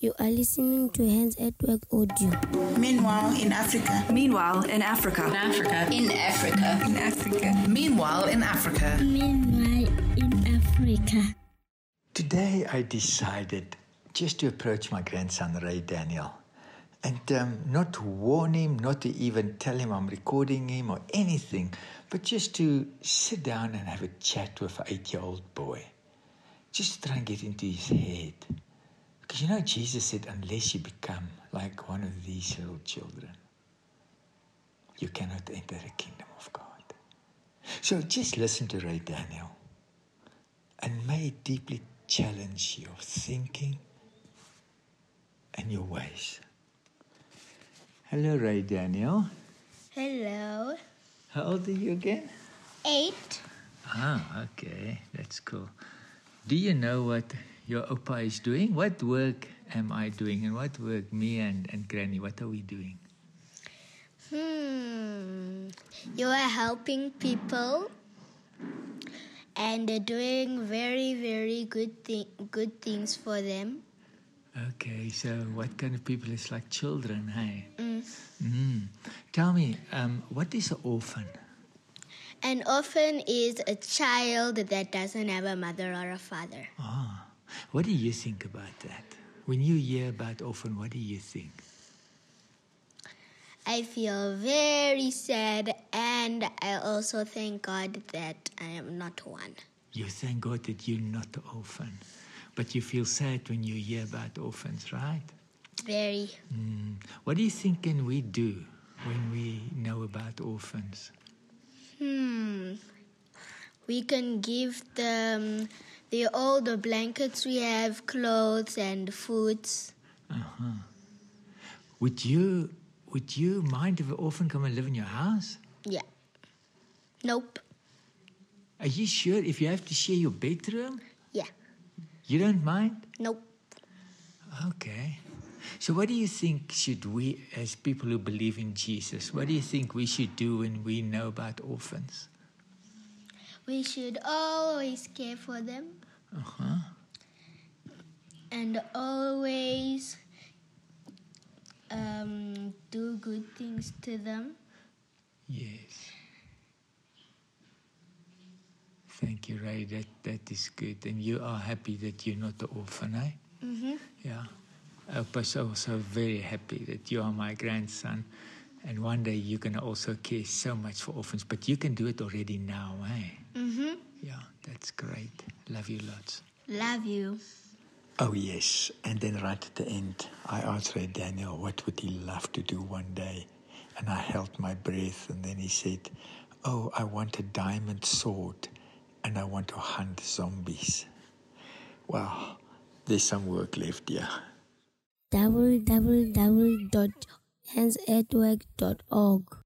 You are listening to Hands at Work Audio. Meanwhile, in Africa. Meanwhile, in Africa. Africa. in Africa. In Africa. Meanwhile, in Africa. Meanwhile, in Africa. Today I decided just to approach my grandson Ray Daniel and um, not to warn him, not to even tell him I'm recording him or anything, but just to sit down and have a chat with an eight year old boy. Just to try and get into his head. Because you know, Jesus said, unless you become like one of these little children, you cannot enter the kingdom of God. So just listen to Ray Daniel and may it deeply challenge your thinking and your ways. Hello, Ray Daniel. Hello. How old are you again? Eight. Ah, okay, that's cool. Do you know what your opa is doing? What work am I doing, and what work me and, and Granny? What are we doing? Hmm. You are helping people and they're doing very, very good, thi- good things for them. Okay, so what kind of people is like children? Hey. Mm. Tell me, um, what is an orphan? An orphan is a child that doesn't have a mother or a father. Ah, what do you think about that? When you hear about orphan, what do you think? I feel very sad, and I also thank God that I am not one. You thank God that you're not an orphan, but you feel sad when you hear about orphans, right? Very. Mm. What do you think can we do when we know about orphans? Hmm. We can give them the all the blankets we have, clothes and foods. Would you would you mind if an orphan come and live in your house? Yeah. Nope. Are you sure if you have to share your bedroom, Yeah. you don't mind? Nope. Okay. So what do you think should we as people who believe in Jesus, what do you think we should do when we know about orphans? We should always care for them Uh-huh. and always um, do good things to them. Yes. Thank you, Ray. That that is good. And you are happy that you're not the orphan, eh? Mm-hmm. Yeah. I was also very happy that you are my grandson. And one day you're going to also care so much for orphans. But you can do it already now, eh? Mm-hmm. Yeah, that's great. Love you lots. Love you. Oh, yes. And then right at the end, I asked Ray Daniel what would he love to do one day. And I held my breath. And then he said, Oh, I want a diamond sword and I want to hunt zombies. Wow, there's some work left here. www.handsatwork.org